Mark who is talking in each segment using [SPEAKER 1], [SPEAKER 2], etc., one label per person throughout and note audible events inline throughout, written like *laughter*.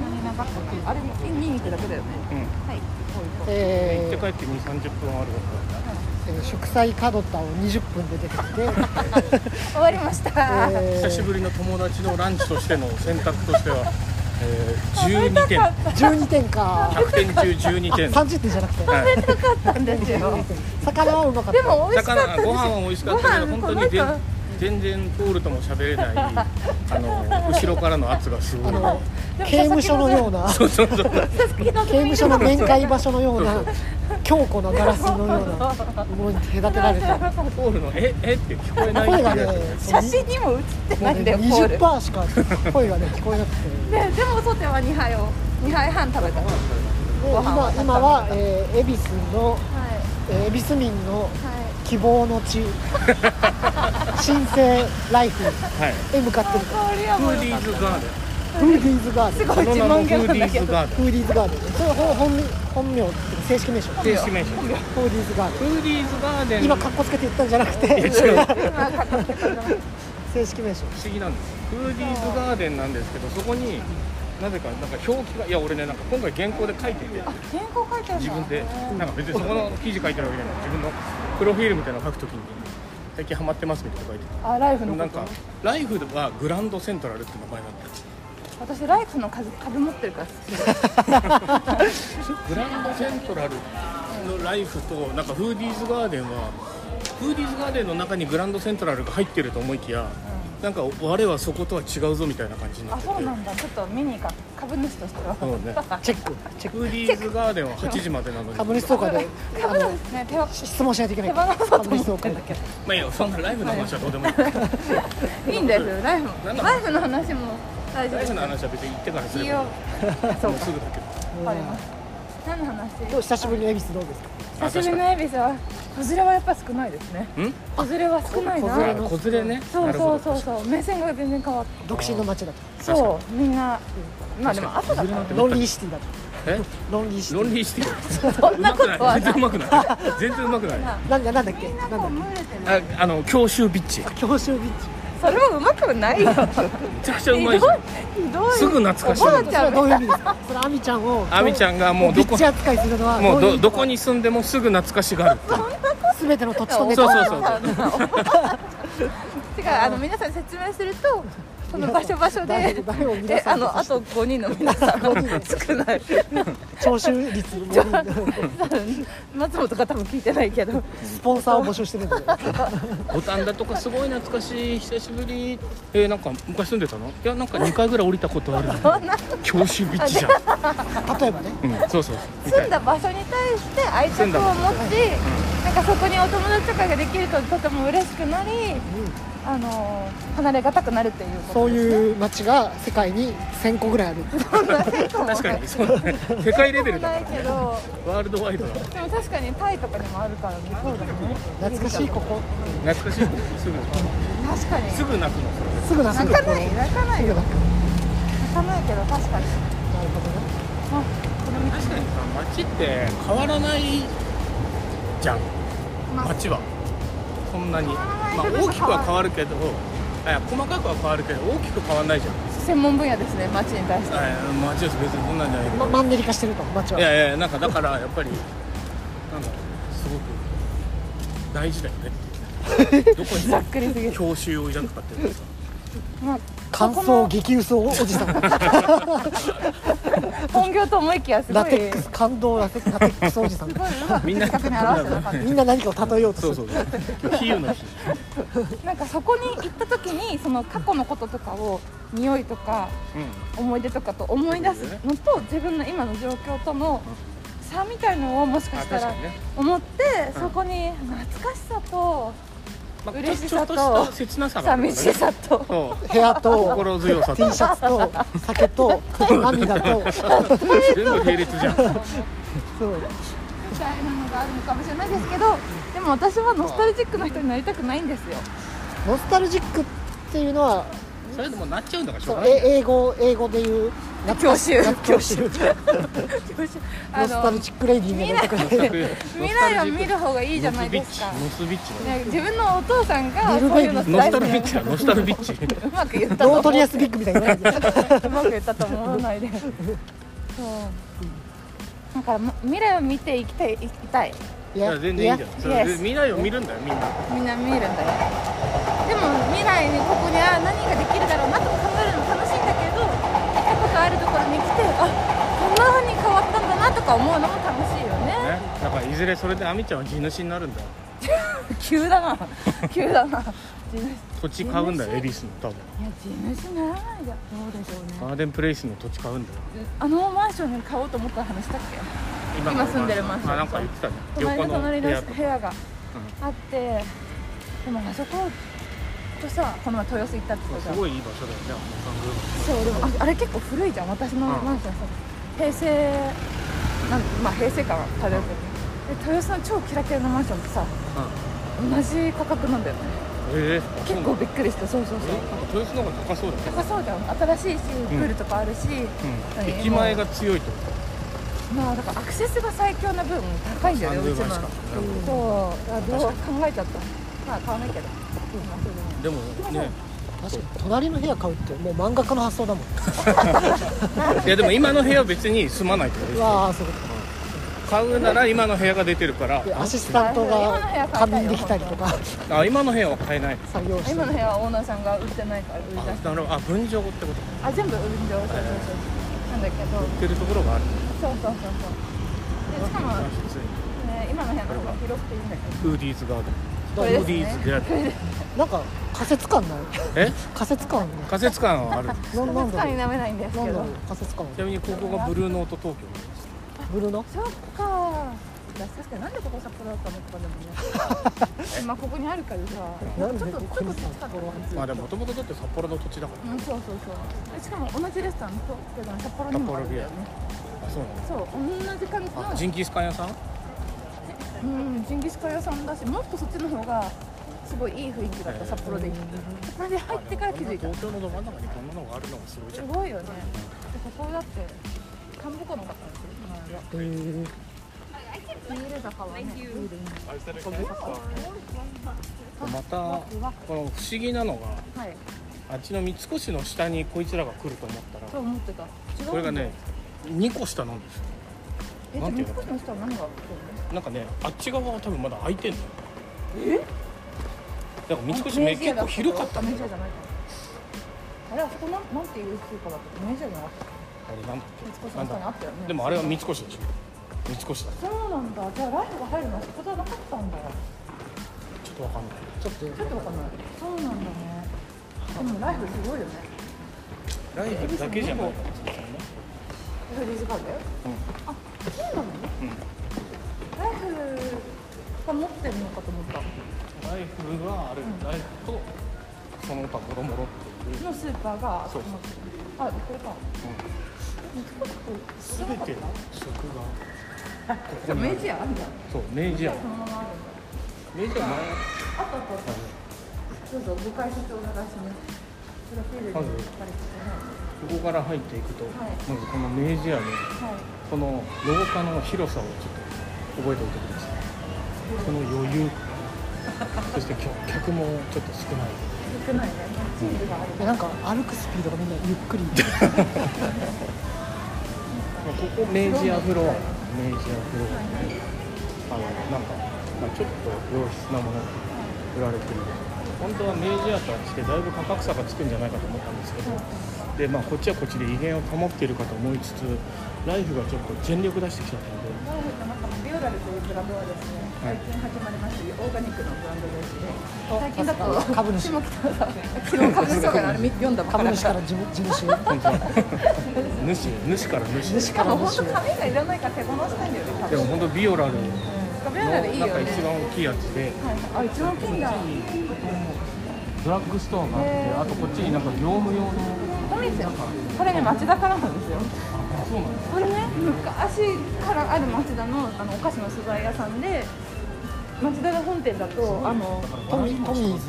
[SPEAKER 1] 何長くあれも2行くだけだよね
[SPEAKER 2] うん
[SPEAKER 1] はいこういうこ
[SPEAKER 2] 行っ
[SPEAKER 3] え
[SPEAKER 2] て
[SPEAKER 3] ー
[SPEAKER 2] 帰って2、30分はある
[SPEAKER 3] えー植栽角田を20分で出てき
[SPEAKER 1] *laughs*
[SPEAKER 3] て、
[SPEAKER 1] 終わりました、
[SPEAKER 2] から
[SPEAKER 3] え
[SPEAKER 2] 久し
[SPEAKER 3] ー
[SPEAKER 2] ぶりの友達のランチとしての選択としては、えー、12点
[SPEAKER 3] 12点か
[SPEAKER 2] 100点中12点
[SPEAKER 3] 30点じゃなくて
[SPEAKER 2] はい
[SPEAKER 1] なんですよ
[SPEAKER 3] 魚はうまかっ
[SPEAKER 1] で
[SPEAKER 3] た
[SPEAKER 1] も美味しかっ
[SPEAKER 2] 魚
[SPEAKER 1] た
[SPEAKER 2] ご飯は美味しかったけ
[SPEAKER 1] ご
[SPEAKER 2] ど
[SPEAKER 1] 飯
[SPEAKER 2] 本当に
[SPEAKER 1] なんか
[SPEAKER 2] 全全然プールとも喋れないあの後ろからの圧がすご
[SPEAKER 3] あ
[SPEAKER 2] い *laughs*
[SPEAKER 3] の刑務所のような刑
[SPEAKER 2] そうそうそう
[SPEAKER 1] *laughs*
[SPEAKER 3] 務所の面会場所のような強固なガラスのようなものに隔てら
[SPEAKER 1] *laughs*
[SPEAKER 3] れた
[SPEAKER 2] ポールの「ええっ?」て聞こえないって
[SPEAKER 3] 声がね
[SPEAKER 2] いうやつ
[SPEAKER 1] 写真にも写って
[SPEAKER 3] も
[SPEAKER 1] ない
[SPEAKER 3] う
[SPEAKER 1] んだ
[SPEAKER 3] ね
[SPEAKER 1] よ
[SPEAKER 3] *laughs*
[SPEAKER 1] ポール
[SPEAKER 3] 20%しか声がね聞こえなくて
[SPEAKER 1] ねでも外では2杯を2杯半食べたのはい
[SPEAKER 3] で今今は、えー恵比寿の、
[SPEAKER 1] は
[SPEAKER 3] えー恵比寿民の
[SPEAKER 1] い
[SPEAKER 3] 希望の
[SPEAKER 1] *laughs*
[SPEAKER 3] 地新生ライフ
[SPEAKER 2] はい
[SPEAKER 3] へ向かってるから
[SPEAKER 1] 香りは
[SPEAKER 2] フ
[SPEAKER 1] もう
[SPEAKER 2] ーディーズガーデン
[SPEAKER 3] フーディーズガーデ
[SPEAKER 1] す
[SPEAKER 3] ン
[SPEAKER 2] こ
[SPEAKER 1] ごい
[SPEAKER 2] の
[SPEAKER 1] 自
[SPEAKER 2] 名も
[SPEAKER 1] 慢
[SPEAKER 2] フ
[SPEAKER 1] げ
[SPEAKER 2] ー
[SPEAKER 1] なんだけ
[SPEAKER 2] ディーズ
[SPEAKER 1] ど
[SPEAKER 2] ガーデン
[SPEAKER 3] フーディーズガーデンそれほ本名本名っていうか正式名称フー
[SPEAKER 2] 正式名称フ
[SPEAKER 3] ディーズガーデ
[SPEAKER 2] ーディーズガーデン
[SPEAKER 3] ン今カッコつけて言ったんじゃなく
[SPEAKER 2] いや
[SPEAKER 3] て
[SPEAKER 2] 違う
[SPEAKER 1] 今買ってきたの
[SPEAKER 3] 正式名称
[SPEAKER 2] 不思議なんですフーディーズガーデンなんですけどそこになぜかなんか表記がいや俺ねなんか今回原稿で書いてて
[SPEAKER 1] あ原稿書いてあるんだ
[SPEAKER 2] 自分でなんか別にそこの記事書いてるわけじゃない自分のプロフィールみたいなの書くときに最近ハマってますみたいなの書いてて
[SPEAKER 1] あライフの
[SPEAKER 2] な
[SPEAKER 1] こ
[SPEAKER 2] ん
[SPEAKER 1] と
[SPEAKER 2] かライフはグランドセントラルって名前なんだよ
[SPEAKER 1] 私ライフの株株持ってるから
[SPEAKER 2] グランドセントラルのライフとなんかフーディーズガーデンはフーディーズガーデンの中にグランドセントラルが入ってると思いきや、なんか我はそことは違うぞみたいな感じにな
[SPEAKER 1] あ
[SPEAKER 2] ってて
[SPEAKER 1] そうなんだちょっと見に行か株主としては
[SPEAKER 2] そうね
[SPEAKER 3] チェックチェック
[SPEAKER 2] フーディーズガーデンは8時までなのに
[SPEAKER 3] 株主総会であ
[SPEAKER 1] 株
[SPEAKER 3] の
[SPEAKER 1] 主ね手は
[SPEAKER 3] 質問しないといけない
[SPEAKER 1] 手
[SPEAKER 3] から
[SPEAKER 1] 放そうと
[SPEAKER 3] 株主
[SPEAKER 1] 思
[SPEAKER 3] 総
[SPEAKER 1] って
[SPEAKER 3] 会
[SPEAKER 1] ん
[SPEAKER 3] で
[SPEAKER 1] だけど
[SPEAKER 2] まあいいやそんなライフの話はどうでもいい
[SPEAKER 1] いいんですよライフも
[SPEAKER 2] なんだ
[SPEAKER 1] ライフの話も大丈夫
[SPEAKER 2] ラ
[SPEAKER 1] で
[SPEAKER 2] イ
[SPEAKER 1] す
[SPEAKER 2] フの話は別に行ってからす
[SPEAKER 1] いい
[SPEAKER 2] れ
[SPEAKER 1] よ
[SPEAKER 2] ばいいもうすぐだけど
[SPEAKER 1] わかります何の話
[SPEAKER 3] どう久しぶりに恵比寿どうですか
[SPEAKER 1] 久しぶりの恵比寿は子連れはやっぱ少ないですね
[SPEAKER 2] ん
[SPEAKER 1] 子連れは少ない
[SPEAKER 3] 子連れ
[SPEAKER 1] な
[SPEAKER 3] の
[SPEAKER 2] あ子連れね
[SPEAKER 1] そうそうそう
[SPEAKER 2] う
[SPEAKER 1] そう目線が全然変わっ
[SPEAKER 3] 独身の街だと
[SPEAKER 1] た
[SPEAKER 2] 確かに
[SPEAKER 1] そうみんなまあでも朝だから
[SPEAKER 3] ロンリーシティだと
[SPEAKER 2] え
[SPEAKER 3] ロンリーシテ
[SPEAKER 2] ロン
[SPEAKER 3] ィ
[SPEAKER 2] リーしてる
[SPEAKER 1] そんなことはな
[SPEAKER 2] 全然
[SPEAKER 1] いう
[SPEAKER 2] まくない全然うまくない
[SPEAKER 1] *laughs*
[SPEAKER 3] なんだなんだっけ
[SPEAKER 1] みん
[SPEAKER 3] な
[SPEAKER 1] なんこ
[SPEAKER 3] だ
[SPEAKER 1] う
[SPEAKER 3] っ
[SPEAKER 1] 群れてる
[SPEAKER 2] ああの教習ビッチめ
[SPEAKER 3] け教習ビッチ
[SPEAKER 1] それはうまく
[SPEAKER 3] *laughs*
[SPEAKER 1] ないよ
[SPEAKER 2] ちゃくちゃうまいじゃん
[SPEAKER 1] ひどい
[SPEAKER 2] すぐ懐かしい
[SPEAKER 1] おばあ
[SPEAKER 3] そ
[SPEAKER 1] ち
[SPEAKER 3] れ
[SPEAKER 1] ゃ
[SPEAKER 3] は
[SPEAKER 1] ん
[SPEAKER 3] どういう意味ですかそれアミちゃんを
[SPEAKER 2] アミちゃんがもう
[SPEAKER 3] ビ
[SPEAKER 2] ど
[SPEAKER 3] ッ
[SPEAKER 2] こ
[SPEAKER 3] チ扱いするのは
[SPEAKER 2] もう
[SPEAKER 3] どうい
[SPEAKER 2] ど
[SPEAKER 3] う
[SPEAKER 2] どこに住んでもすぐ懐かしがある
[SPEAKER 3] すべての土地とネ
[SPEAKER 2] そう
[SPEAKER 3] タ
[SPEAKER 2] そうそうそう
[SPEAKER 1] てかあの皆さんに説明するとその場所場所
[SPEAKER 3] 誰
[SPEAKER 1] で
[SPEAKER 3] を *laughs* 誰を皆
[SPEAKER 1] え
[SPEAKER 3] さ
[SPEAKER 1] あ
[SPEAKER 3] んと
[SPEAKER 1] のあと5人の皆さん少
[SPEAKER 3] *laughs*
[SPEAKER 1] ない
[SPEAKER 3] 徴収率
[SPEAKER 1] 松本が多分聞いてないけど
[SPEAKER 3] スポンサーを募集してるんで
[SPEAKER 2] 五反田とかすごい懐かしい久しぶりえー、なんか昔住んでたのいやなんか2回ぐらい降りたことある教習ビッチじゃん、
[SPEAKER 3] 例えばね
[SPEAKER 2] うん、そうそうみた
[SPEAKER 1] 住
[SPEAKER 2] い
[SPEAKER 1] ん
[SPEAKER 2] な
[SPEAKER 1] だ場所に対して愛着を持ちなんかそこにお友達とかができるととても嬉しくなり、あの離れがたくなるっていうこと
[SPEAKER 3] そう
[SPEAKER 1] う
[SPEAKER 3] いう街が世界に1000個ぐらいある
[SPEAKER 2] 確かにそうだね *laughs* 世界レベルだ
[SPEAKER 1] な
[SPEAKER 2] か
[SPEAKER 1] いけど
[SPEAKER 2] らワールドワイドだか
[SPEAKER 1] でも確かにタイとかにもあるからねそうだよね
[SPEAKER 3] 懐かしいここ
[SPEAKER 2] ら懐かしいすぐ
[SPEAKER 1] 確かに
[SPEAKER 2] すぐ泣くの
[SPEAKER 3] すぐなす
[SPEAKER 1] 泣
[SPEAKER 3] ぐ
[SPEAKER 1] か
[SPEAKER 3] ここ
[SPEAKER 1] ない泣かない
[SPEAKER 3] すぐ
[SPEAKER 1] よ
[SPEAKER 3] だな
[SPEAKER 1] 泣かないけど確かに
[SPEAKER 3] るほどね
[SPEAKER 2] 確かにさ街って変わらないじゃん
[SPEAKER 1] まあ
[SPEAKER 2] 街はそんなに、ま
[SPEAKER 1] 変
[SPEAKER 2] あ、
[SPEAKER 1] わらない
[SPEAKER 2] 大きくは変わるけどあ細かくは変わるけど大きく変わらないじゃん
[SPEAKER 1] 専門分野ですね街に対して
[SPEAKER 2] あ街は別にそんなんじゃないけど
[SPEAKER 3] まマンネリ化してると街
[SPEAKER 2] い
[SPEAKER 3] は
[SPEAKER 2] やいやいやなんかだからやっぱりなんだろうすごく大事だよね *laughs* っていうどこ
[SPEAKER 1] ざっくりすぎ
[SPEAKER 2] に
[SPEAKER 1] る
[SPEAKER 2] 教習を抱くかっていうのはさ
[SPEAKER 1] まあ
[SPEAKER 3] 感想激薄おじさん
[SPEAKER 1] *laughs* 本業と思いきやすごい
[SPEAKER 3] ラテックス感動ラテラテックスおじさん
[SPEAKER 1] すごいうまく
[SPEAKER 2] みんな
[SPEAKER 1] 的確に表してなかっ
[SPEAKER 3] みんな何かを例えようとす
[SPEAKER 2] そう
[SPEAKER 3] る
[SPEAKER 2] そうそう比喩の比
[SPEAKER 1] たなんかそこに行った時にその過去のこととかを匂いとか
[SPEAKER 2] う
[SPEAKER 1] 思い出とかと思い出すのと自分の今の状況との差みたいのをもし
[SPEAKER 2] ん
[SPEAKER 1] か
[SPEAKER 2] あ
[SPEAKER 1] した
[SPEAKER 2] 確からにね、
[SPEAKER 1] 思って
[SPEAKER 2] うん
[SPEAKER 1] そこに懐かしさと
[SPEAKER 2] まあ、
[SPEAKER 1] 嬉し
[SPEAKER 2] ちょ
[SPEAKER 1] さ
[SPEAKER 2] っ
[SPEAKER 1] と
[SPEAKER 2] とした切なさがある
[SPEAKER 1] 寂
[SPEAKER 2] から
[SPEAKER 1] しさ
[SPEAKER 2] ね
[SPEAKER 1] と
[SPEAKER 2] そう
[SPEAKER 3] 部屋と
[SPEAKER 2] 心強さ
[SPEAKER 3] T
[SPEAKER 2] と
[SPEAKER 3] シャツと酒と涙と
[SPEAKER 2] 全部並列じゃん
[SPEAKER 3] そう
[SPEAKER 1] みたいなのがあるのかもしれないですけどでも私はノスタルジックな人になりたくないんですよ
[SPEAKER 3] ノスタルジックっていうのは
[SPEAKER 2] それでもなっちゃうんだからしょう
[SPEAKER 3] そ
[SPEAKER 2] が
[SPEAKER 3] う
[SPEAKER 2] ない
[SPEAKER 3] え英語英語で言う
[SPEAKER 1] 教習
[SPEAKER 3] 教習
[SPEAKER 1] あ
[SPEAKER 2] *laughs*
[SPEAKER 3] ノスタ
[SPEAKER 1] の
[SPEAKER 3] ルジックレディーみたいなとこ *laughs*
[SPEAKER 2] 全
[SPEAKER 3] で
[SPEAKER 2] く
[SPEAKER 1] 未来を見る方がいいじゃないですか
[SPEAKER 2] ノスビッチ
[SPEAKER 1] ね自分のお父さんが
[SPEAKER 3] ミル
[SPEAKER 1] そう
[SPEAKER 3] ベイ
[SPEAKER 1] いう
[SPEAKER 3] ビー
[SPEAKER 1] の
[SPEAKER 2] ノスタ
[SPEAKER 1] 好
[SPEAKER 2] ル
[SPEAKER 1] き
[SPEAKER 2] ビッチだノスタルビッチ
[SPEAKER 1] うまく言ったと
[SPEAKER 3] ロ
[SPEAKER 1] 思
[SPEAKER 3] ー
[SPEAKER 1] う
[SPEAKER 3] トリアスビッグみたいな
[SPEAKER 1] うまく言ったと思わないでそうだからま未来を見ていきたい生きたい
[SPEAKER 3] い
[SPEAKER 2] いや全然いいじゃんそれ
[SPEAKER 1] Yes
[SPEAKER 2] 未来を見るんだよみんな
[SPEAKER 1] みんな見るんだよでも未来にここにあ何ができるだろうなとか考えるの楽しいんだけど行ったことあるところに来てあこんな風に変わったんだなとか思うのも楽しいよね
[SPEAKER 2] ねだからいずれそれで亜美ちゃんは地主になるんだよ
[SPEAKER 1] *laughs* 急だ *laughs* な急だな地主い
[SPEAKER 2] 土地買うんだよ恵比寿の多分
[SPEAKER 1] や地主にならないじゃんどうでしょう
[SPEAKER 2] ガーデンプレイスの土地買うんだよ
[SPEAKER 1] あのマンションに買おうと思った話したっけ
[SPEAKER 2] 今
[SPEAKER 1] 今住んでるマンション
[SPEAKER 2] あなんか言ってたね
[SPEAKER 1] 隣
[SPEAKER 2] 横
[SPEAKER 1] の
[SPEAKER 2] の部
[SPEAKER 1] 隣の
[SPEAKER 2] 屋と
[SPEAKER 1] 部屋があって、でもあそことさこの前豊洲行ったって言ったじゃん
[SPEAKER 2] すごいいい場所だよねあ
[SPEAKER 1] そうでもああれ結構古いじゃん私の
[SPEAKER 2] うん
[SPEAKER 1] マンションさ、平成なんまあ平成かな漂ってで豊洲の超キラキラのマンションってさ
[SPEAKER 2] の感
[SPEAKER 1] 同じ価格なんだよね
[SPEAKER 2] じうんへえ
[SPEAKER 1] 結構びっくりしたそうそうそう
[SPEAKER 2] え豊洲の方が高そうだね
[SPEAKER 1] 高そうじゃん新しいしプールとかあるし、
[SPEAKER 2] うん
[SPEAKER 1] 何
[SPEAKER 2] 駅前が強いってこと
[SPEAKER 1] まあだからアクセスが最強な分高いんだよねう
[SPEAKER 2] 30
[SPEAKER 1] ち
[SPEAKER 2] 万
[SPEAKER 1] の
[SPEAKER 2] しか
[SPEAKER 1] そうだからどう考えちゃったまあ買わないけど今すぐに
[SPEAKER 2] でもね
[SPEAKER 3] 確かに隣の部屋買うってもう漫画家の発想だもん
[SPEAKER 2] いやでも今の部屋は別に住まないってこと
[SPEAKER 3] う
[SPEAKER 2] でしょ
[SPEAKER 3] わあそういうこ
[SPEAKER 2] 買うなら今の部屋が出てるから
[SPEAKER 3] とかアシスタントが仮眠できたりとか
[SPEAKER 2] あ今の部屋は買えない
[SPEAKER 3] 作業して
[SPEAKER 1] 今の部屋はオーナーさんが売ってないから売り出
[SPEAKER 2] あ
[SPEAKER 1] して
[SPEAKER 2] なるほどあ分譲ってこと
[SPEAKER 1] あ全部運動そうそうそうなんだけど
[SPEAKER 2] 売ってるところがある
[SPEAKER 1] そうそうそうそうでしかも、ね、今の部屋の方が広くていいんだけど
[SPEAKER 2] フーディーズガーデン
[SPEAKER 1] これで
[SPEAKER 2] フー
[SPEAKER 1] す
[SPEAKER 2] ディーズ
[SPEAKER 1] ね
[SPEAKER 2] ガーデン
[SPEAKER 3] なんか仮説感ない
[SPEAKER 1] *laughs*
[SPEAKER 2] え
[SPEAKER 3] 仮説感ない
[SPEAKER 2] 仮説感はある
[SPEAKER 3] ななん
[SPEAKER 1] 確
[SPEAKER 3] だ
[SPEAKER 1] か
[SPEAKER 3] ろ
[SPEAKER 1] に
[SPEAKER 3] う
[SPEAKER 1] 舐めないんです
[SPEAKER 3] な
[SPEAKER 1] け
[SPEAKER 3] んだろ
[SPEAKER 1] ど
[SPEAKER 3] う仮説感
[SPEAKER 2] ちなみにここがブルーノート東京
[SPEAKER 3] ブルーの
[SPEAKER 1] そっか私確かになんでここ札幌だったのとかでもねまあここにあるからさちょ
[SPEAKER 3] な
[SPEAKER 1] っ
[SPEAKER 3] ん
[SPEAKER 1] と
[SPEAKER 3] で
[SPEAKER 1] ちょっと
[SPEAKER 3] ここに
[SPEAKER 1] 近かったの
[SPEAKER 2] まあでももともとだって札幌の土地だか
[SPEAKER 1] うんそうそうそうでしかも同じレストランとけど札幌にもあるんだよね
[SPEAKER 2] らあそうな
[SPEAKER 1] そう
[SPEAKER 2] の
[SPEAKER 1] 同じ感じの
[SPEAKER 2] あジンギスカン屋さん
[SPEAKER 1] うん、ジンギスカン屋さんだし、もっとそっちの方がすごいいい雰囲気だった、札幌で。札幌で入ってから気づいた。
[SPEAKER 2] 東京のど真ん中にこんなのがあるのがすごいじ
[SPEAKER 1] す
[SPEAKER 2] ゃん
[SPEAKER 1] ごいよね。でここだって、かんぼこの方ですよ。
[SPEAKER 3] えー
[SPEAKER 1] ビール坂はね。
[SPEAKER 2] またこの不思議なのが
[SPEAKER 1] はい、
[SPEAKER 2] あっちの三越の下にこいつらが来ると思った
[SPEAKER 1] と
[SPEAKER 2] ら
[SPEAKER 1] 思ってた。違う。
[SPEAKER 2] これがね、2個下なんですよ
[SPEAKER 1] え、じゃ
[SPEAKER 2] な
[SPEAKER 1] あ、
[SPEAKER 2] ん
[SPEAKER 1] 三
[SPEAKER 2] ていうの
[SPEAKER 1] 越の人は何が。
[SPEAKER 2] なんかねあっち側は多分まだ空いてんのよえだから三越
[SPEAKER 1] 明
[SPEAKER 2] ね
[SPEAKER 1] 治屋
[SPEAKER 2] 結
[SPEAKER 1] だ
[SPEAKER 2] 構広かった
[SPEAKER 1] 明
[SPEAKER 2] のよ
[SPEAKER 1] 治屋じゃないか。あれ、あそこなん、なんていうスーパーだった。明治屋じゃなかった。
[SPEAKER 2] あれなんだっ
[SPEAKER 1] 三越
[SPEAKER 2] けな
[SPEAKER 1] の下にあ
[SPEAKER 2] んだ
[SPEAKER 1] ったよね。
[SPEAKER 2] でもあれは三越でしょ三越だちょ
[SPEAKER 1] そうなんだ。じゃあ、ライフが入るのはそこじゃなかったんだ。
[SPEAKER 2] っとわかんない
[SPEAKER 3] ちょっと
[SPEAKER 1] ちょっとわかんない。そうなんだね。でもライフすごいよね。
[SPEAKER 2] ライブだけじゃないかもしれないね
[SPEAKER 1] フリーズカーだよ。あ、そうなの？ライフが持ってるのかと思った。
[SPEAKER 2] ライフはあるライフとその他もろもろっていう
[SPEAKER 1] のスーパーが。
[SPEAKER 2] そうそう
[SPEAKER 1] あ、これか。
[SPEAKER 2] 全ての食が
[SPEAKER 1] じゃあ明治屋あるじゃん。
[SPEAKER 2] そう明治屋
[SPEAKER 1] そのままある。
[SPEAKER 2] 明治屋前
[SPEAKER 1] あったあったあった。どうぞご解説お願いします。プロフィールに書かれてて
[SPEAKER 2] ここから入っていくと、
[SPEAKER 1] はい
[SPEAKER 2] まずこの明治屋の
[SPEAKER 1] ね。はい。
[SPEAKER 2] この廊下の広さをちょっと覚えておいてくださいこの余裕そして客客もちょっと少ない
[SPEAKER 1] 少ないね。チーズがある。
[SPEAKER 3] えなんか歩くスピードがみんなゆっくり
[SPEAKER 2] まあここ明治屋フロア明治屋フロアねあのなんか、まあ、ちょっと良質なものが売られてる本当は明治屋とはしてだいぶ価格差がつくんじゃないかと思ったんですけどでまあこっちはこっちで威厳を保っているかと思いつつライフがちょっと全力出してきちゃったので
[SPEAKER 1] ライフの中のビオラルというブランドはですね、
[SPEAKER 2] は
[SPEAKER 1] 最
[SPEAKER 2] い
[SPEAKER 1] 近始まりましたオーガニックのブランドですね。最近だ
[SPEAKER 3] お
[SPEAKER 1] と
[SPEAKER 3] 株主
[SPEAKER 1] 下北沢昨日株主総会のあれ見読んだばっか
[SPEAKER 3] 株
[SPEAKER 1] だ
[SPEAKER 3] 主
[SPEAKER 1] か。
[SPEAKER 3] からら事務事務所
[SPEAKER 2] 本当は
[SPEAKER 3] *laughs*
[SPEAKER 2] 主主から主
[SPEAKER 3] 主
[SPEAKER 1] し
[SPEAKER 3] か
[SPEAKER 1] からも
[SPEAKER 3] 主
[SPEAKER 1] 本当髪がいらないから手放したいんだよね。
[SPEAKER 2] でも本当ビオラルの
[SPEAKER 1] 髪ビオラルいい
[SPEAKER 2] な
[SPEAKER 1] よ
[SPEAKER 2] んか
[SPEAKER 1] ね。
[SPEAKER 2] 一番大きいやつで
[SPEAKER 1] はい、あ一番大きいんだ。
[SPEAKER 2] ドラッグストアがあってあとこっちになんか業務用の
[SPEAKER 1] これですよ。これね町田からなんですよ。
[SPEAKER 2] あそうなんです
[SPEAKER 1] これね昔からある町田のあのお菓子の素材屋さんで。町田の本店だと、あの、
[SPEAKER 3] トミートミーズ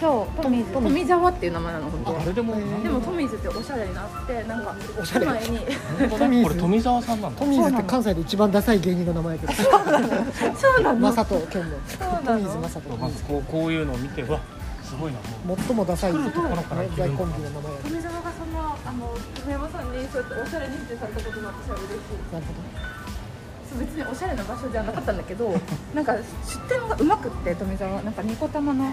[SPEAKER 1] そうトミーズ
[SPEAKER 3] トミーズ
[SPEAKER 1] 富沢っていう名前なの本当は
[SPEAKER 2] 誰でも
[SPEAKER 1] でもトミーズっておしゃれになってなんか
[SPEAKER 3] おしゃれ
[SPEAKER 1] 前に *laughs*
[SPEAKER 2] こ
[SPEAKER 3] トミーズ
[SPEAKER 2] れ富澤さんなんだ
[SPEAKER 3] トミーズって関西で一番ダサい芸人の名前です
[SPEAKER 1] そうなの
[SPEAKER 3] マサト健の
[SPEAKER 1] そうなの
[SPEAKER 3] トミーズマサト
[SPEAKER 2] まずこうこういうのを見てはすごいなもう
[SPEAKER 3] 最もダサい男の
[SPEAKER 2] すごい
[SPEAKER 3] 大コンビの名前や
[SPEAKER 1] 富澤がそのあの富山さんにそうやっておしゃれに否定されたことが私は嬉しい
[SPEAKER 3] なる
[SPEAKER 1] そう別におしゃれな場所じゃなかったんだけど *laughs* なんか出店がうまくって富澤なんかニコ玉の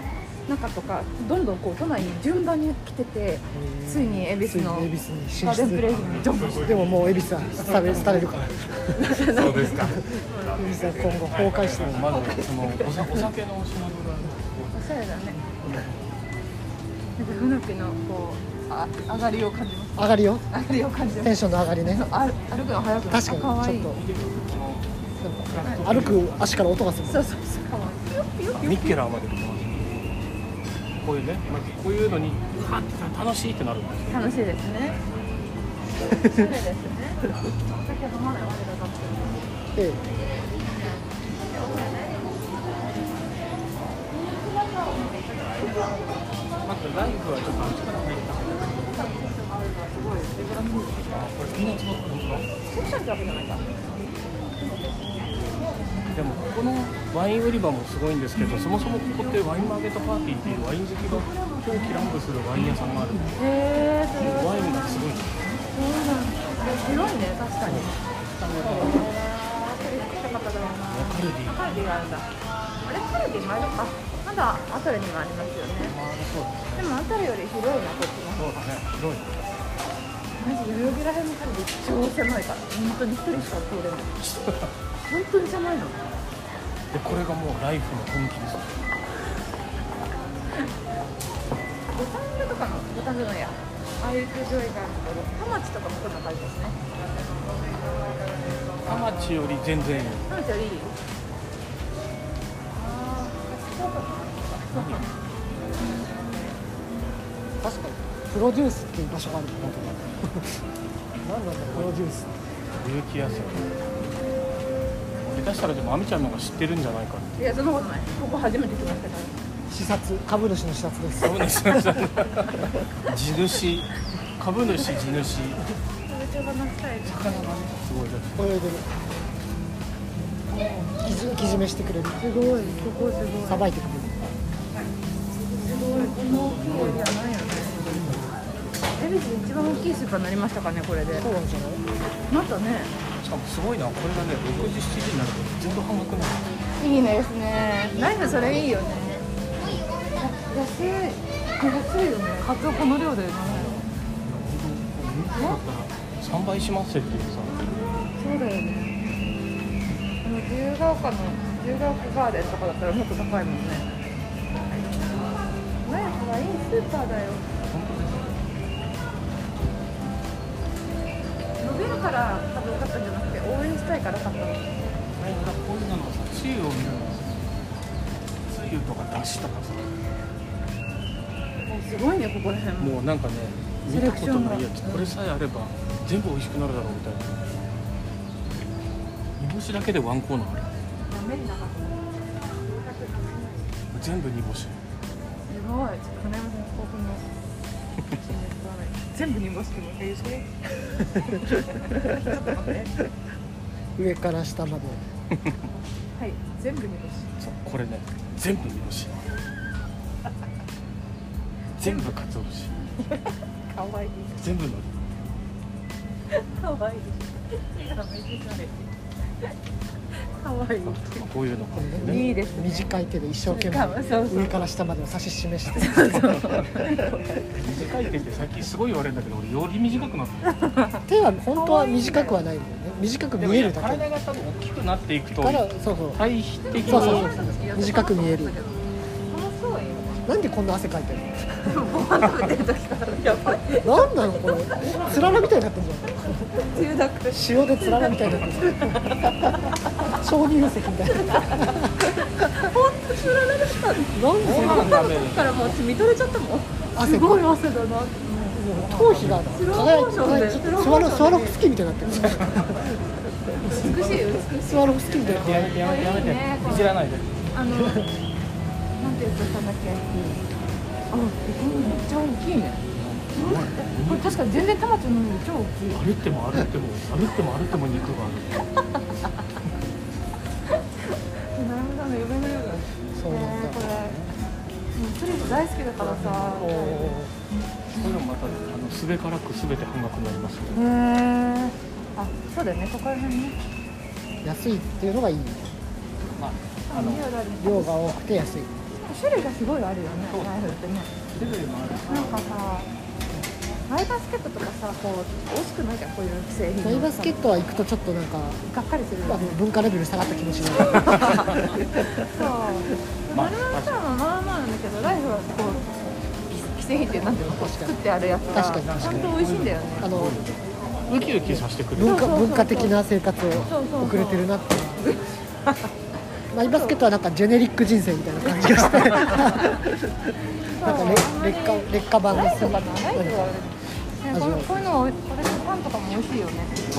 [SPEAKER 1] 中とかどんどんこう都内に順番に来てて
[SPEAKER 3] ほど
[SPEAKER 1] ついに恵比寿の
[SPEAKER 3] ついに恵比寿に進
[SPEAKER 1] ガーデンプレイス
[SPEAKER 3] 出
[SPEAKER 1] にジョン
[SPEAKER 3] でももう恵比寿は廃れ廃れるから
[SPEAKER 4] そうですか。
[SPEAKER 3] 恵比寿は今後崩壊してる
[SPEAKER 2] まずそのおさお酒のお品
[SPEAKER 1] お
[SPEAKER 2] 物が
[SPEAKER 1] しゃれだねなんかふぬぴのこうあ上がりを感じます
[SPEAKER 3] 上がりよ
[SPEAKER 1] 上がりを感じま
[SPEAKER 3] テ
[SPEAKER 1] す
[SPEAKER 3] ンションの上がりね
[SPEAKER 1] あ歩くの早くな
[SPEAKER 3] 確かに
[SPEAKER 1] かわいい
[SPEAKER 3] ちょっ
[SPEAKER 1] はい
[SPEAKER 3] と歩く足から音がする
[SPEAKER 1] そうそうそうかわいいピヨピヨピヨ
[SPEAKER 2] ミッケラーまで出てますこういうねまずこういうのにうわって楽しいってなるんですよ
[SPEAKER 1] 楽しいですねおしゃれですねお酒飲まない我らがって
[SPEAKER 3] え
[SPEAKER 2] あとライブはちょっとあっちから入ったこれピーナッツバター本当だ
[SPEAKER 1] セクションってわけじゃないか
[SPEAKER 2] でもここのワイン売り場もすごいんですけどそもそもここってワインマーケットパーティーっていうワイン好きが狂喜乱舞するワイン屋さんがあるんです
[SPEAKER 1] へえそれは
[SPEAKER 2] ワインがすごいんです
[SPEAKER 1] そうなんですね広いね確かに
[SPEAKER 2] カルディ
[SPEAKER 1] カルディがあるんだあれカルディ前のかまだアトレにもありますよね
[SPEAKER 2] あ
[SPEAKER 1] で
[SPEAKER 2] そう
[SPEAKER 1] もアトレより広いなこっちの
[SPEAKER 2] そうだね広い
[SPEAKER 1] マジ代々木らへんのカルディ超狭いから本当に一人しか通れない本当に狭いの
[SPEAKER 2] でこれがもうライフの本気です
[SPEAKER 1] 五反田とかの五反田のやああいう球場以外のところ田町とかもこんな感じですね
[SPEAKER 2] アマチュより全然いい
[SPEAKER 1] 田町よりいいああそうか
[SPEAKER 3] 確かにプロデュースっていう場所があるんだ本当に何なんだろうプロデュース
[SPEAKER 2] 有機野菜下手したらでも亜美ちゃんの方が知ってるんじゃないかって
[SPEAKER 1] いやそんなことないここ初めて来ましたから
[SPEAKER 3] 視察株主の視察です
[SPEAKER 2] 株主なんじゃない地主株主地主
[SPEAKER 1] 食べ手放したいです
[SPEAKER 2] 魚がねすごいだ
[SPEAKER 3] 泳いでる生地生地めしてくれるすごい
[SPEAKER 1] すごいすごい
[SPEAKER 3] さばいてくれる
[SPEAKER 1] すごい、この規模じゃないよね。恵比寿で一番大きいスーパーになりましたかね、これで。
[SPEAKER 3] そうなんじゃない
[SPEAKER 1] またね。
[SPEAKER 2] しかもすごいなこれがね6時7時になると全部半額なの
[SPEAKER 1] いいねですね。ライフそれいいよね。安い。安いよね。カツオこの量でね。
[SPEAKER 2] 本当だったら3倍しますっていうさ
[SPEAKER 1] そうだよね。あの自由が丘の自由が丘ガーデンとかだったらもっと高いもんね。ライフはいいスーパーだよ。
[SPEAKER 2] 本当ですよ
[SPEAKER 1] 伸びるから多分良かったんじゃなくて応援したいから買ったの。
[SPEAKER 2] これがこういうののさつゆを見るんですよつゆとかだしとかさ
[SPEAKER 1] すごいねここら辺も。
[SPEAKER 2] もうなんかね見たことないやつこれさえあれば全部美味しくなるだろうみたいな煮干しだけでワンコーナーある
[SPEAKER 1] ダメになかった。
[SPEAKER 2] 全部煮干し
[SPEAKER 1] すごい、ちょっと金山さん興奮の。全部煮干してもらえる。
[SPEAKER 3] 上から下まで
[SPEAKER 1] はい、全部煮干し。
[SPEAKER 2] そうこれね全部煮干し全部かつお節
[SPEAKER 1] 可愛い。
[SPEAKER 2] 全部のり
[SPEAKER 1] 可愛い。手がめっちゃ可愛い。
[SPEAKER 2] こういうのがあるんだよ
[SPEAKER 1] い
[SPEAKER 2] ね
[SPEAKER 1] いですね。
[SPEAKER 3] 短い手で一生懸
[SPEAKER 1] そうそうそう
[SPEAKER 3] 命上から下までを指し示して
[SPEAKER 2] 短い手って最近すごい言われるんだけど俺より短くなった
[SPEAKER 3] 手は本当は短くはないんだよね短く
[SPEAKER 2] でも
[SPEAKER 3] 見
[SPEAKER 2] い
[SPEAKER 3] え
[SPEAKER 2] や
[SPEAKER 3] るだけ
[SPEAKER 2] 体が多分大きくなっていくと
[SPEAKER 3] からそうそう
[SPEAKER 2] 対比的
[SPEAKER 3] そうそう
[SPEAKER 2] に
[SPEAKER 3] そう短く見える
[SPEAKER 1] そうよ。
[SPEAKER 3] なんでこんな汗かいてる *laughs*
[SPEAKER 1] ご飯食べてる時からやばい。
[SPEAKER 3] のなんなのこれつららみたいになってるじ
[SPEAKER 1] 中
[SPEAKER 3] *laughs*
[SPEAKER 1] 毒。
[SPEAKER 3] ゃん塩でつららみたいになってる鍾乳石みたいな
[SPEAKER 1] 本当知らなかった。
[SPEAKER 3] な
[SPEAKER 2] ご飯食
[SPEAKER 3] んで
[SPEAKER 2] べる
[SPEAKER 1] からもう見とれちゃったもん。
[SPEAKER 3] 汗
[SPEAKER 1] す
[SPEAKER 3] も
[SPEAKER 1] ご
[SPEAKER 3] う
[SPEAKER 1] い汗だな。
[SPEAKER 3] 頭皮が輝いて輝いてちょっとスワロスワロフスキーみたいになってる
[SPEAKER 1] 美しい美しい。
[SPEAKER 3] スワロフスキーみたいになってる
[SPEAKER 2] やめてやめてやめ
[SPEAKER 1] いい
[SPEAKER 2] て
[SPEAKER 1] ねこれ
[SPEAKER 2] いじらないで
[SPEAKER 1] あの、なんて言うとしたんだっけ。あめっちゃ大きいねこれ確かに全然玉ちゃんのより超大きい
[SPEAKER 2] 歩いても歩いても歩いても歩いても肉がある
[SPEAKER 1] なるほどね嫁の量が
[SPEAKER 3] そうなんだ
[SPEAKER 1] これもうトリュフ大好きだからさ
[SPEAKER 2] おーこういうのまたあのすべからくすべて半額になりますよ
[SPEAKER 1] へえあそうだよねここら辺ね
[SPEAKER 3] 安いっていうのがいい
[SPEAKER 2] まあ
[SPEAKER 1] あの量がある
[SPEAKER 3] 量が多くて安い
[SPEAKER 1] 種類がすごいあるよね
[SPEAKER 2] そう
[SPEAKER 1] ナイフってね
[SPEAKER 2] 種類もあるし
[SPEAKER 1] なんかさマイバスケットとかさこう美味しくないじゃんこういう製品
[SPEAKER 3] マイバスケットは行くとちょっとなんか
[SPEAKER 1] がっかりする
[SPEAKER 3] あ
[SPEAKER 1] よ
[SPEAKER 3] の
[SPEAKER 1] ね
[SPEAKER 3] 文化レベル下がった気もしない
[SPEAKER 1] そう
[SPEAKER 2] まあ
[SPEAKER 1] 丸山さんはまあまあなんだけどライフはこう既製品ってなんていうのこう作ってあるやつが
[SPEAKER 3] 確かに確
[SPEAKER 1] ち
[SPEAKER 3] か
[SPEAKER 1] ゃ
[SPEAKER 3] に
[SPEAKER 1] んと美味しいんだよね
[SPEAKER 3] あの
[SPEAKER 2] ウキウキさせてくれる
[SPEAKER 3] 文化
[SPEAKER 1] そうそうそう
[SPEAKER 3] 文化的な生活を
[SPEAKER 1] そうそう
[SPEAKER 3] 遅れてるなってマイバスケットはなんかジェネリック人生みたいな感じがしてなん
[SPEAKER 1] *laughs*
[SPEAKER 3] か
[SPEAKER 1] そう
[SPEAKER 3] れ劣化劣化版
[SPEAKER 1] ラ
[SPEAKER 3] で
[SPEAKER 1] イ
[SPEAKER 3] す
[SPEAKER 1] フがなライフはね
[SPEAKER 3] 味
[SPEAKER 1] こ
[SPEAKER 3] わ
[SPEAKER 1] の
[SPEAKER 3] い
[SPEAKER 1] こういうのはこれのパンとかも美味しいよね
[SPEAKER 2] そう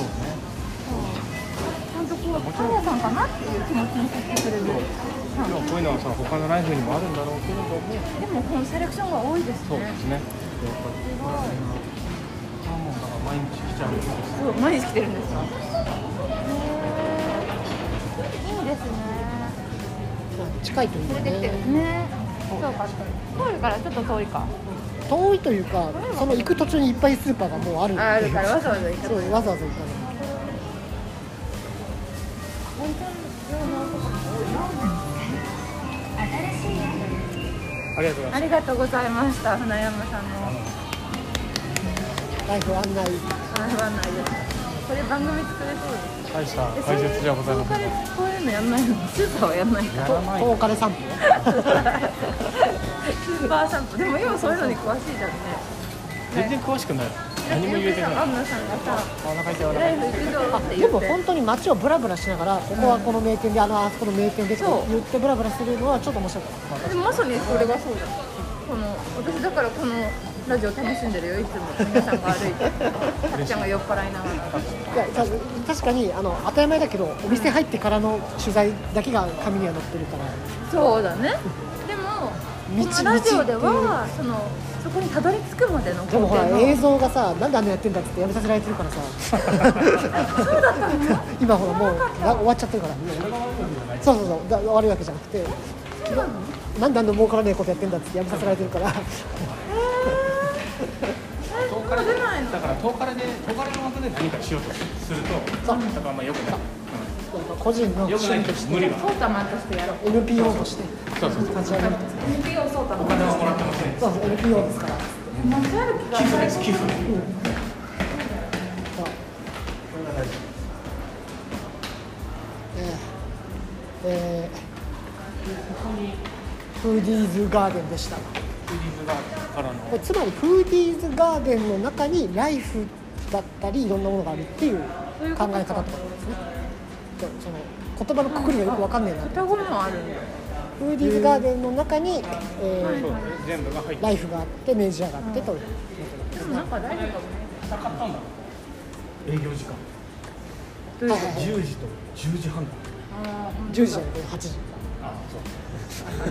[SPEAKER 1] ち
[SPEAKER 2] ね
[SPEAKER 1] ゃんとこうパン屋さんかなっていう気持ちにさせてくれる
[SPEAKER 2] でもこういうのはさ他のライフにもあるんだろうけれども
[SPEAKER 1] でもこのセレクションが多いです
[SPEAKER 2] そう
[SPEAKER 1] ね
[SPEAKER 2] ですねやっぱ
[SPEAKER 1] す
[SPEAKER 2] り
[SPEAKER 1] ごい
[SPEAKER 2] サーモンだから毎日来ちゃうんですよ
[SPEAKER 1] そう毎日来てるんですよへーいいですね
[SPEAKER 3] 近いという
[SPEAKER 1] 連れてきて
[SPEAKER 3] ね
[SPEAKER 1] るねそうか確かにプールからちょっと遠いか
[SPEAKER 3] 遠いというかその行く途中にいっぱいスーパーがもうあるっていう
[SPEAKER 1] わざわざ行
[SPEAKER 3] そうわざわざ行かない
[SPEAKER 1] 本当
[SPEAKER 2] ありがとうござい
[SPEAKER 1] ありがとうございました船山さんの
[SPEAKER 3] ライフ案
[SPEAKER 1] 話
[SPEAKER 3] 内
[SPEAKER 1] 内容これ番組作れそうです
[SPEAKER 2] ます大した解説じゃございま
[SPEAKER 1] そう
[SPEAKER 2] せん
[SPEAKER 1] いうこういうのやんないのスーパーはやんないか
[SPEAKER 2] や
[SPEAKER 3] と
[SPEAKER 2] らない
[SPEAKER 3] お金散歩
[SPEAKER 1] スーパーさんとでも今そういうのに詳しいじゃんね
[SPEAKER 2] 全然詳しくない何も言えてない
[SPEAKER 1] アンナさんがさ
[SPEAKER 2] お腹痛いお腹
[SPEAKER 1] ラ
[SPEAKER 2] 痛
[SPEAKER 1] イ
[SPEAKER 2] い
[SPEAKER 1] フ行くぞって
[SPEAKER 3] で
[SPEAKER 1] 言
[SPEAKER 3] も
[SPEAKER 1] って
[SPEAKER 3] 本当に街をブラブラしながらここはこの名店であのあそこの名店でって
[SPEAKER 1] そう
[SPEAKER 3] 言ってブラブラするのはちょっと面白い
[SPEAKER 1] でもまさにこれがそうだこの私だからこのラジオ楽しんでるよいつも皆さんが歩いてたっちゃんが酔っ払いながら
[SPEAKER 3] いやた確かにあの当たり前だけどお店入ってからの取材だけが紙には載ってるから
[SPEAKER 1] そうだねでも
[SPEAKER 3] 道
[SPEAKER 1] このラジオではそのそこにたどり着くまでの
[SPEAKER 3] で
[SPEAKER 1] 工
[SPEAKER 3] も
[SPEAKER 1] 程
[SPEAKER 3] ほら
[SPEAKER 1] の
[SPEAKER 3] 映像がさなんであんなやってんだっつってやめさせられてるからさ今ほらもうな終わっちゃってるからそうそうそうだ終わるわけじゃなくてなんであんな儲からねえことやってんだっつってやめさせられてるから
[SPEAKER 2] 遠からでだから遠からで遠からの枠で何かしようとすると
[SPEAKER 3] そ
[SPEAKER 2] だか
[SPEAKER 3] う
[SPEAKER 2] らあんま良くない
[SPEAKER 3] 個人の
[SPEAKER 2] 良く
[SPEAKER 3] 趣
[SPEAKER 2] ない
[SPEAKER 3] 味
[SPEAKER 2] と
[SPEAKER 3] として
[SPEAKER 2] 無理が
[SPEAKER 1] ソータマンとしてやろう
[SPEAKER 3] NPO として
[SPEAKER 2] そうそうそう
[SPEAKER 3] 立ち上げる
[SPEAKER 1] NPO ソータマン
[SPEAKER 2] お金はもらってません
[SPEAKER 3] そうそう NPO ですから
[SPEAKER 1] 街歩きが
[SPEAKER 2] 寄付です寄付
[SPEAKER 3] えーえーフーディーズガーデンでしたこ
[SPEAKER 2] フリーズガーデンからの
[SPEAKER 3] れつまりフーディーズガーデンの中にライフだったりいろんなものがあるっていう考
[SPEAKER 1] そうい
[SPEAKER 3] え
[SPEAKER 1] うこと
[SPEAKER 3] 方
[SPEAKER 1] か
[SPEAKER 3] ってことですねそうその言葉のくくりがよくわかんねえな
[SPEAKER 1] 双子もあるんだよ
[SPEAKER 3] *laughs* フーディーズガーデンの中に、えー
[SPEAKER 2] そうですね全部が入って
[SPEAKER 3] ライフがあって明治屋があってという
[SPEAKER 1] でもなんか大丈夫かもね
[SPEAKER 2] なかったんだ営業時間
[SPEAKER 1] どういうこ
[SPEAKER 2] 10時と10時半だ
[SPEAKER 3] 10時じゃなくて8時
[SPEAKER 2] あそう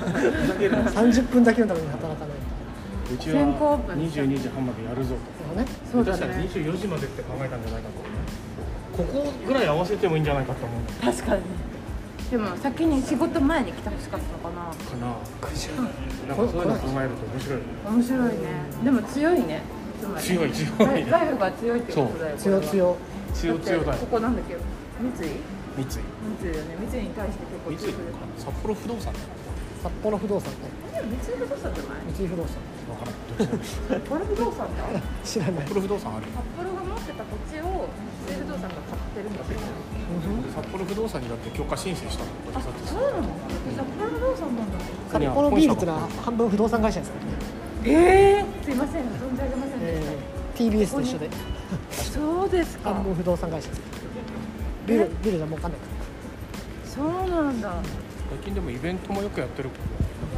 [SPEAKER 3] 30分だけのために働かない
[SPEAKER 2] うち
[SPEAKER 1] 先行オープ
[SPEAKER 2] は
[SPEAKER 1] ン
[SPEAKER 2] 22時半までやるぞ
[SPEAKER 3] とね
[SPEAKER 2] と
[SPEAKER 1] そう
[SPEAKER 2] 下
[SPEAKER 1] だ
[SPEAKER 2] 手したら
[SPEAKER 1] ね
[SPEAKER 2] 24時までって考えたんじゃないかとここぐらい合わせてもいいんじゃないかと思うんだ
[SPEAKER 1] 確かにでも先に仕事前に来てほしかったのかな
[SPEAKER 2] かななんかそういうの考えると面白い
[SPEAKER 1] 面白いねでも強いねつまり
[SPEAKER 2] 強い強い
[SPEAKER 1] ライフが強いってことだよ
[SPEAKER 3] 強強
[SPEAKER 2] 強強だ
[SPEAKER 1] だっ
[SPEAKER 2] よ
[SPEAKER 1] てここなんだっけ三井
[SPEAKER 2] 三井
[SPEAKER 1] 三井だよね三井に対して結構
[SPEAKER 2] 三井
[SPEAKER 1] 強く
[SPEAKER 2] 札幌不動産だ
[SPEAKER 3] 札幌不動産
[SPEAKER 1] でも三井不動産じゃない
[SPEAKER 3] と三井不動産
[SPEAKER 2] わからんどっちだろう札
[SPEAKER 1] 札幌不動産だ札
[SPEAKER 3] 知らない
[SPEAKER 2] 幌不動産ある
[SPEAKER 1] 幌が持ってた土地を三井不動産が買ってるんだけど
[SPEAKER 2] 札幌不動産にだって許可申請したの
[SPEAKER 1] あそうなの札幌不動産なんだ
[SPEAKER 3] 札幌ビールってのは半分不動産会社ですからね、
[SPEAKER 1] ええすいません存じ上げませんでし
[SPEAKER 3] えー、TBS と一緒で
[SPEAKER 1] たそうですか
[SPEAKER 3] 半分不動産会社ですビールビールじゃ儲かんないか
[SPEAKER 1] そうなんだ
[SPEAKER 2] 最近でもイベントもよくやってる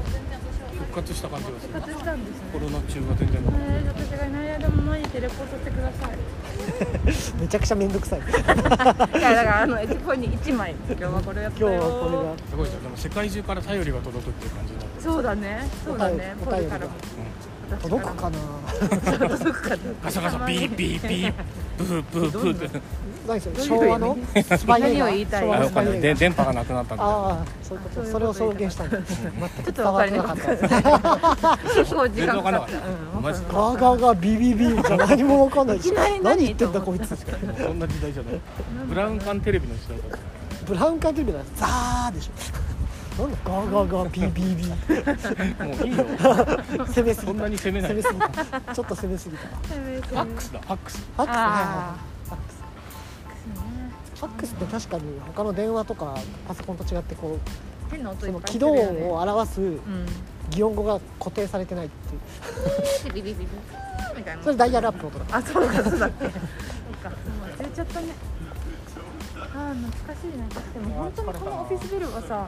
[SPEAKER 2] 復活した感じがする
[SPEAKER 1] 復活したんですね
[SPEAKER 2] コロナ中は全然なかっ
[SPEAKER 1] えー私がいない間も毎日レポートしてください。
[SPEAKER 3] らめちゃくちゃ面倒くさい今
[SPEAKER 1] いやだからあのエチポに一枚今日はこれやった
[SPEAKER 3] 日
[SPEAKER 1] よ。
[SPEAKER 3] はこれが
[SPEAKER 2] たすごいじゃんでも世界中から頼りが届くっていう感じになってる
[SPEAKER 1] そうだねそうだね
[SPEAKER 3] お
[SPEAKER 1] ポ
[SPEAKER 3] 便り
[SPEAKER 1] ルからも私らも
[SPEAKER 3] 届くかな
[SPEAKER 1] 届くかな
[SPEAKER 2] ガサガサビービービーブーブーブーって
[SPEAKER 3] 何それ
[SPEAKER 1] どういう
[SPEAKER 3] 昭和のスパイ映画
[SPEAKER 1] 何を言いたい
[SPEAKER 3] 昭和
[SPEAKER 2] あ
[SPEAKER 3] の
[SPEAKER 2] よ
[SPEAKER 3] ス
[SPEAKER 2] か
[SPEAKER 3] パ
[SPEAKER 2] っ
[SPEAKER 3] イ
[SPEAKER 2] た
[SPEAKER 3] 映画
[SPEAKER 2] で電波がなくなったんだ
[SPEAKER 3] ああそういうこと
[SPEAKER 1] あそういうこと
[SPEAKER 3] それを表現したいんだ
[SPEAKER 1] ちょっと分
[SPEAKER 3] 伝
[SPEAKER 1] か
[SPEAKER 3] わっ
[SPEAKER 1] り
[SPEAKER 3] てなかっ
[SPEAKER 1] にく
[SPEAKER 3] た
[SPEAKER 1] い結構時
[SPEAKER 2] 全然
[SPEAKER 1] 間
[SPEAKER 2] わ
[SPEAKER 1] か
[SPEAKER 2] か
[SPEAKER 1] か
[SPEAKER 2] んな
[SPEAKER 1] っ
[SPEAKER 2] かった
[SPEAKER 1] たうん
[SPEAKER 2] マジで
[SPEAKER 3] ガーガーガービビビじゃ何もわかんないし
[SPEAKER 1] いきなり何
[SPEAKER 3] 何言ってんだ
[SPEAKER 1] と
[SPEAKER 3] こ
[SPEAKER 1] 思
[SPEAKER 3] い
[SPEAKER 1] った
[SPEAKER 3] つ
[SPEAKER 2] そんな時代じゃないブラウン管テレビの時代だった
[SPEAKER 3] ブラウンカンテレビだザーでしょなんだガーガーガービビビ
[SPEAKER 2] もういいよ
[SPEAKER 3] 攻めすぎ
[SPEAKER 2] そんな
[SPEAKER 3] た
[SPEAKER 2] に攻めない
[SPEAKER 3] *laughs* 攻めすぎたちょっと攻めすぎた
[SPEAKER 2] ファックスだファックス
[SPEAKER 3] ファックスね
[SPEAKER 1] あ
[SPEAKER 3] ファックスファックスって確かに他の電話とかパソコンと違ってこう
[SPEAKER 1] 変な音
[SPEAKER 3] そ
[SPEAKER 1] いっ
[SPEAKER 3] の
[SPEAKER 1] ぱいす
[SPEAKER 3] 軌道
[SPEAKER 1] るよね
[SPEAKER 3] を表す
[SPEAKER 1] うん
[SPEAKER 3] 擬音語が固定されてないっていう
[SPEAKER 1] ビビビビビみたいな
[SPEAKER 3] それダイヤルアップの音だ
[SPEAKER 1] あそうかそうだっけそうかもう忘れちゃったねあー懐かしいなでも本当にこのオフィスビルがさ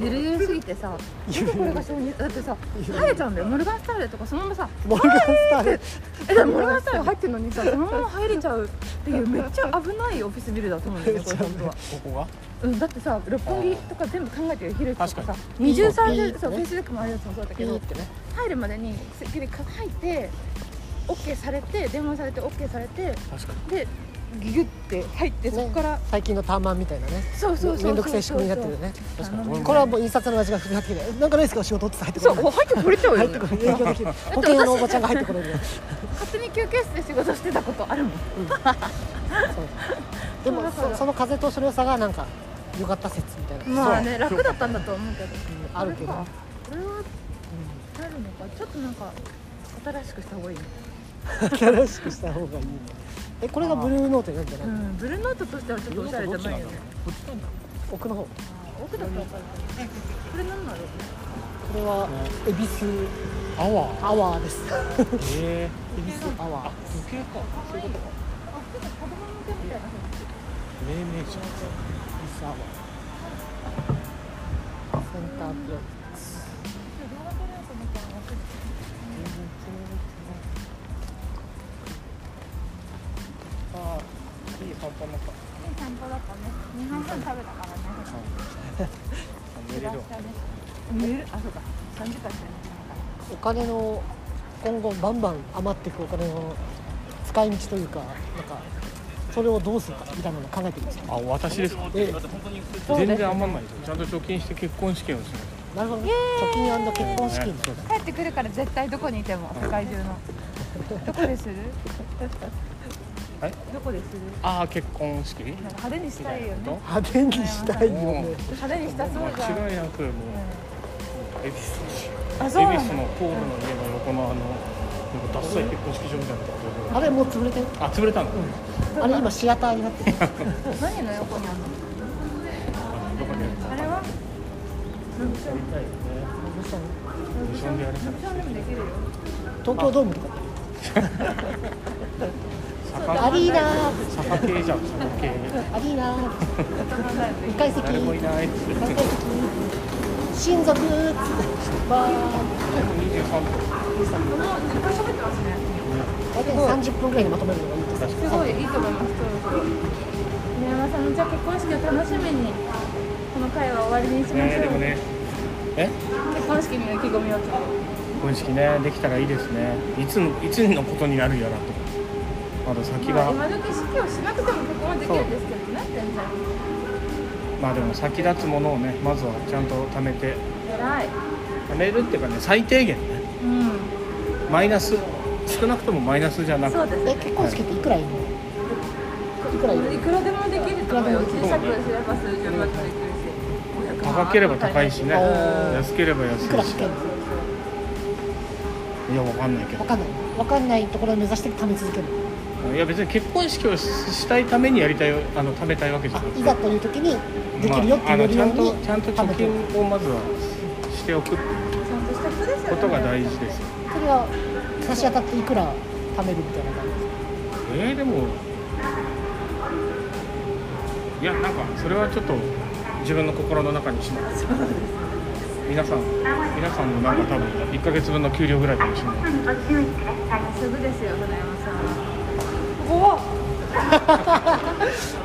[SPEAKER 1] ゆるゆるすぎてさいつこれが承認だってさ晴れちゃうんだよモルガンスタイルとかそのままさ
[SPEAKER 3] モルガンスターで
[SPEAKER 1] えだモルガンスタイル入ってるのにさそのまま入れちゃうっていうめっちゃ危ないオフィスビルだと思うんだよねこれ本当は
[SPEAKER 2] ここが
[SPEAKER 1] うん、だってさ六本木とか全部考えてるひろゆきと
[SPEAKER 2] 確か
[SPEAKER 1] かさ二重三
[SPEAKER 3] いい
[SPEAKER 1] 重
[SPEAKER 3] ね
[SPEAKER 1] そうフェイスブックもあるやつもそうだ
[SPEAKER 3] ピ
[SPEAKER 1] け
[SPEAKER 3] ー
[SPEAKER 1] ど
[SPEAKER 3] ってね
[SPEAKER 1] 入るまでにセキュリティ入って OK されて電話されて OK されて
[SPEAKER 2] 確かに
[SPEAKER 1] でギュッて入ってそこから、
[SPEAKER 3] ね最近のターマンみたいなね
[SPEAKER 1] そうそうそうそう
[SPEAKER 3] めんどくさい仕組みになってるよね
[SPEAKER 2] 確かに
[SPEAKER 3] これはもう印刷の味が振りかけてなんかないですか仕事って入って
[SPEAKER 1] そう
[SPEAKER 3] こない
[SPEAKER 1] もう *laughs* 入ってくれちゃうよ、
[SPEAKER 3] 入
[SPEAKER 1] ね、
[SPEAKER 3] ってこない営業できる保険屋のおばちゃんが入ってこれるよ
[SPEAKER 1] 勝手に休憩室で仕事してたことあるもん
[SPEAKER 3] で
[SPEAKER 1] そ
[SPEAKER 3] も
[SPEAKER 1] うそう
[SPEAKER 3] そその風通しの良さがなんか良かった説みたいな、
[SPEAKER 1] まあね楽だったんだと思うけど
[SPEAKER 3] うんあるけど
[SPEAKER 1] これかこれはなるのかちょっとなんか新しくした方がいいね、
[SPEAKER 3] 新しくした方がいいえこれがブルーノートになるんじゃな
[SPEAKER 1] う
[SPEAKER 3] い、
[SPEAKER 1] ん、ブルーノートとしてはちょっとおしゃれじゃないよね
[SPEAKER 2] こっちなんだ
[SPEAKER 3] 奥の方こ
[SPEAKER 1] 奥だったら分かるけどえこれ何だろう
[SPEAKER 3] れは恵比寿
[SPEAKER 2] アワー
[SPEAKER 3] アワーです
[SPEAKER 2] え
[SPEAKER 3] 恵比寿アワー
[SPEAKER 2] 時計かそういうことか
[SPEAKER 1] あちょっと子供向けみたいな
[SPEAKER 2] 命名者
[SPEAKER 3] 恵比寿アワーセンタープ
[SPEAKER 1] 動
[SPEAKER 3] レイ
[SPEAKER 1] 画撮れると思ったら忘れて
[SPEAKER 2] ああいい散歩になった
[SPEAKER 1] いい散歩だったね2半分食べたからね
[SPEAKER 2] 寝れるわ
[SPEAKER 1] 寝るあそうか3時間しか寝てなかった
[SPEAKER 3] お金の今後バンバン余っていくお金の使い道というかなんかそれをどうするかみたいなのを考えてるんですよ
[SPEAKER 2] あ私ですか
[SPEAKER 3] えそうね
[SPEAKER 2] 全然余んないですよちゃんと貯金して結婚試験をしない
[SPEAKER 3] なるほどね貯金結婚資金
[SPEAKER 2] そう
[SPEAKER 1] 帰ってくるから絶対どこにいても世界中のどこでする
[SPEAKER 2] はい
[SPEAKER 1] どこでする
[SPEAKER 2] ああ結婚式み
[SPEAKER 1] なんか派手にしたいよね
[SPEAKER 3] 派手にしたいよね
[SPEAKER 1] 派手にしたそうじゃん
[SPEAKER 2] 間違いなくもう恵比寿
[SPEAKER 1] あそう
[SPEAKER 2] 恵
[SPEAKER 1] な
[SPEAKER 2] 比寿
[SPEAKER 1] んだ
[SPEAKER 2] のポールの家の横のあのなんかダッサい結婚式場みたいなところで
[SPEAKER 3] あれもう潰れてる
[SPEAKER 2] あ潰れたの、うん、
[SPEAKER 3] あれ今シアターになってる
[SPEAKER 1] 何の横にあるの
[SPEAKER 2] どこにあるか
[SPEAKER 1] あれは
[SPEAKER 2] やりたいよね無償でやれたら
[SPEAKER 1] でもできるよ
[SPEAKER 3] 東京ドームとかア
[SPEAKER 2] 坂
[SPEAKER 3] リーナー
[SPEAKER 2] 坂系じゃん坂系
[SPEAKER 3] アリーナー2階席
[SPEAKER 2] 誰もいないっつって
[SPEAKER 3] 3階席親族まあ
[SPEAKER 2] 23分
[SPEAKER 1] このいっぱい喋ってますね
[SPEAKER 3] 大体30分ぐらいにまとめるのがいいです
[SPEAKER 2] 確
[SPEAKER 1] す
[SPEAKER 2] か
[SPEAKER 1] ごいいいと思いますそうそう宮山さんのじゃあ結婚式を楽しみにこの会は終わりにし
[SPEAKER 2] に
[SPEAKER 1] まし
[SPEAKER 2] ねで
[SPEAKER 1] ょ
[SPEAKER 2] も
[SPEAKER 1] う、
[SPEAKER 2] ねえ
[SPEAKER 1] 結婚式に意気込みをちょっと
[SPEAKER 2] 結婚式ねできたらいいですねいついつのことになるやらとまだ先
[SPEAKER 1] まあ
[SPEAKER 2] が
[SPEAKER 1] 今時式をしなくても結婚はできるんですけどね全然
[SPEAKER 2] まあでも先立つものをねまずはちゃんと貯めて
[SPEAKER 1] 偉い
[SPEAKER 2] 貯めるっていうかね最低限ね
[SPEAKER 1] うん
[SPEAKER 2] マイナス少なくともマイナスじゃなく
[SPEAKER 1] そうです
[SPEAKER 3] え
[SPEAKER 1] ね
[SPEAKER 3] 結婚式っていくらいるのいくらいる
[SPEAKER 1] いくらでもできると思うよ小さくすれば数十万とできるし
[SPEAKER 2] 高ければ高いしね
[SPEAKER 3] うん
[SPEAKER 2] 安ければ安
[SPEAKER 3] いくら
[SPEAKER 2] い
[SPEAKER 3] つ
[SPEAKER 2] し
[SPEAKER 3] けるの
[SPEAKER 2] いやわかんないけ
[SPEAKER 3] わかんないわかんないところを目指して貯め続ける
[SPEAKER 2] どいや別に結婚式をししたいためにやりたいあの貯めたいわけじゃ
[SPEAKER 3] あ
[SPEAKER 2] ない
[SPEAKER 3] いざという時にできるよって
[SPEAKER 2] まああ
[SPEAKER 3] 言え
[SPEAKER 2] の
[SPEAKER 3] る
[SPEAKER 2] ちゃ
[SPEAKER 3] ようんに
[SPEAKER 2] とちゃんと貯金をまずはしておくっていう
[SPEAKER 1] ちゃんとした人ですよね
[SPEAKER 2] ことが大事ですよ
[SPEAKER 3] それは差し当たっていくら貯めるみたいな感じ
[SPEAKER 2] えー、でもいやなんかそれはちょっと自分の心の中にしまう皆さん皆さんのなんか多分1ヶ月分の給料ぐらいかもしれない
[SPEAKER 1] すぐですよ花山さん怖っ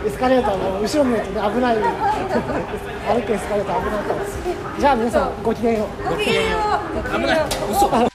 [SPEAKER 3] エスカレーターも後ろ見るとね危ない *laughs* 歩くエスカレーター危ないからじゃあ皆さんごきげんよう
[SPEAKER 1] ごきげんよう。ごきげんよう。
[SPEAKER 2] 嘘
[SPEAKER 3] あの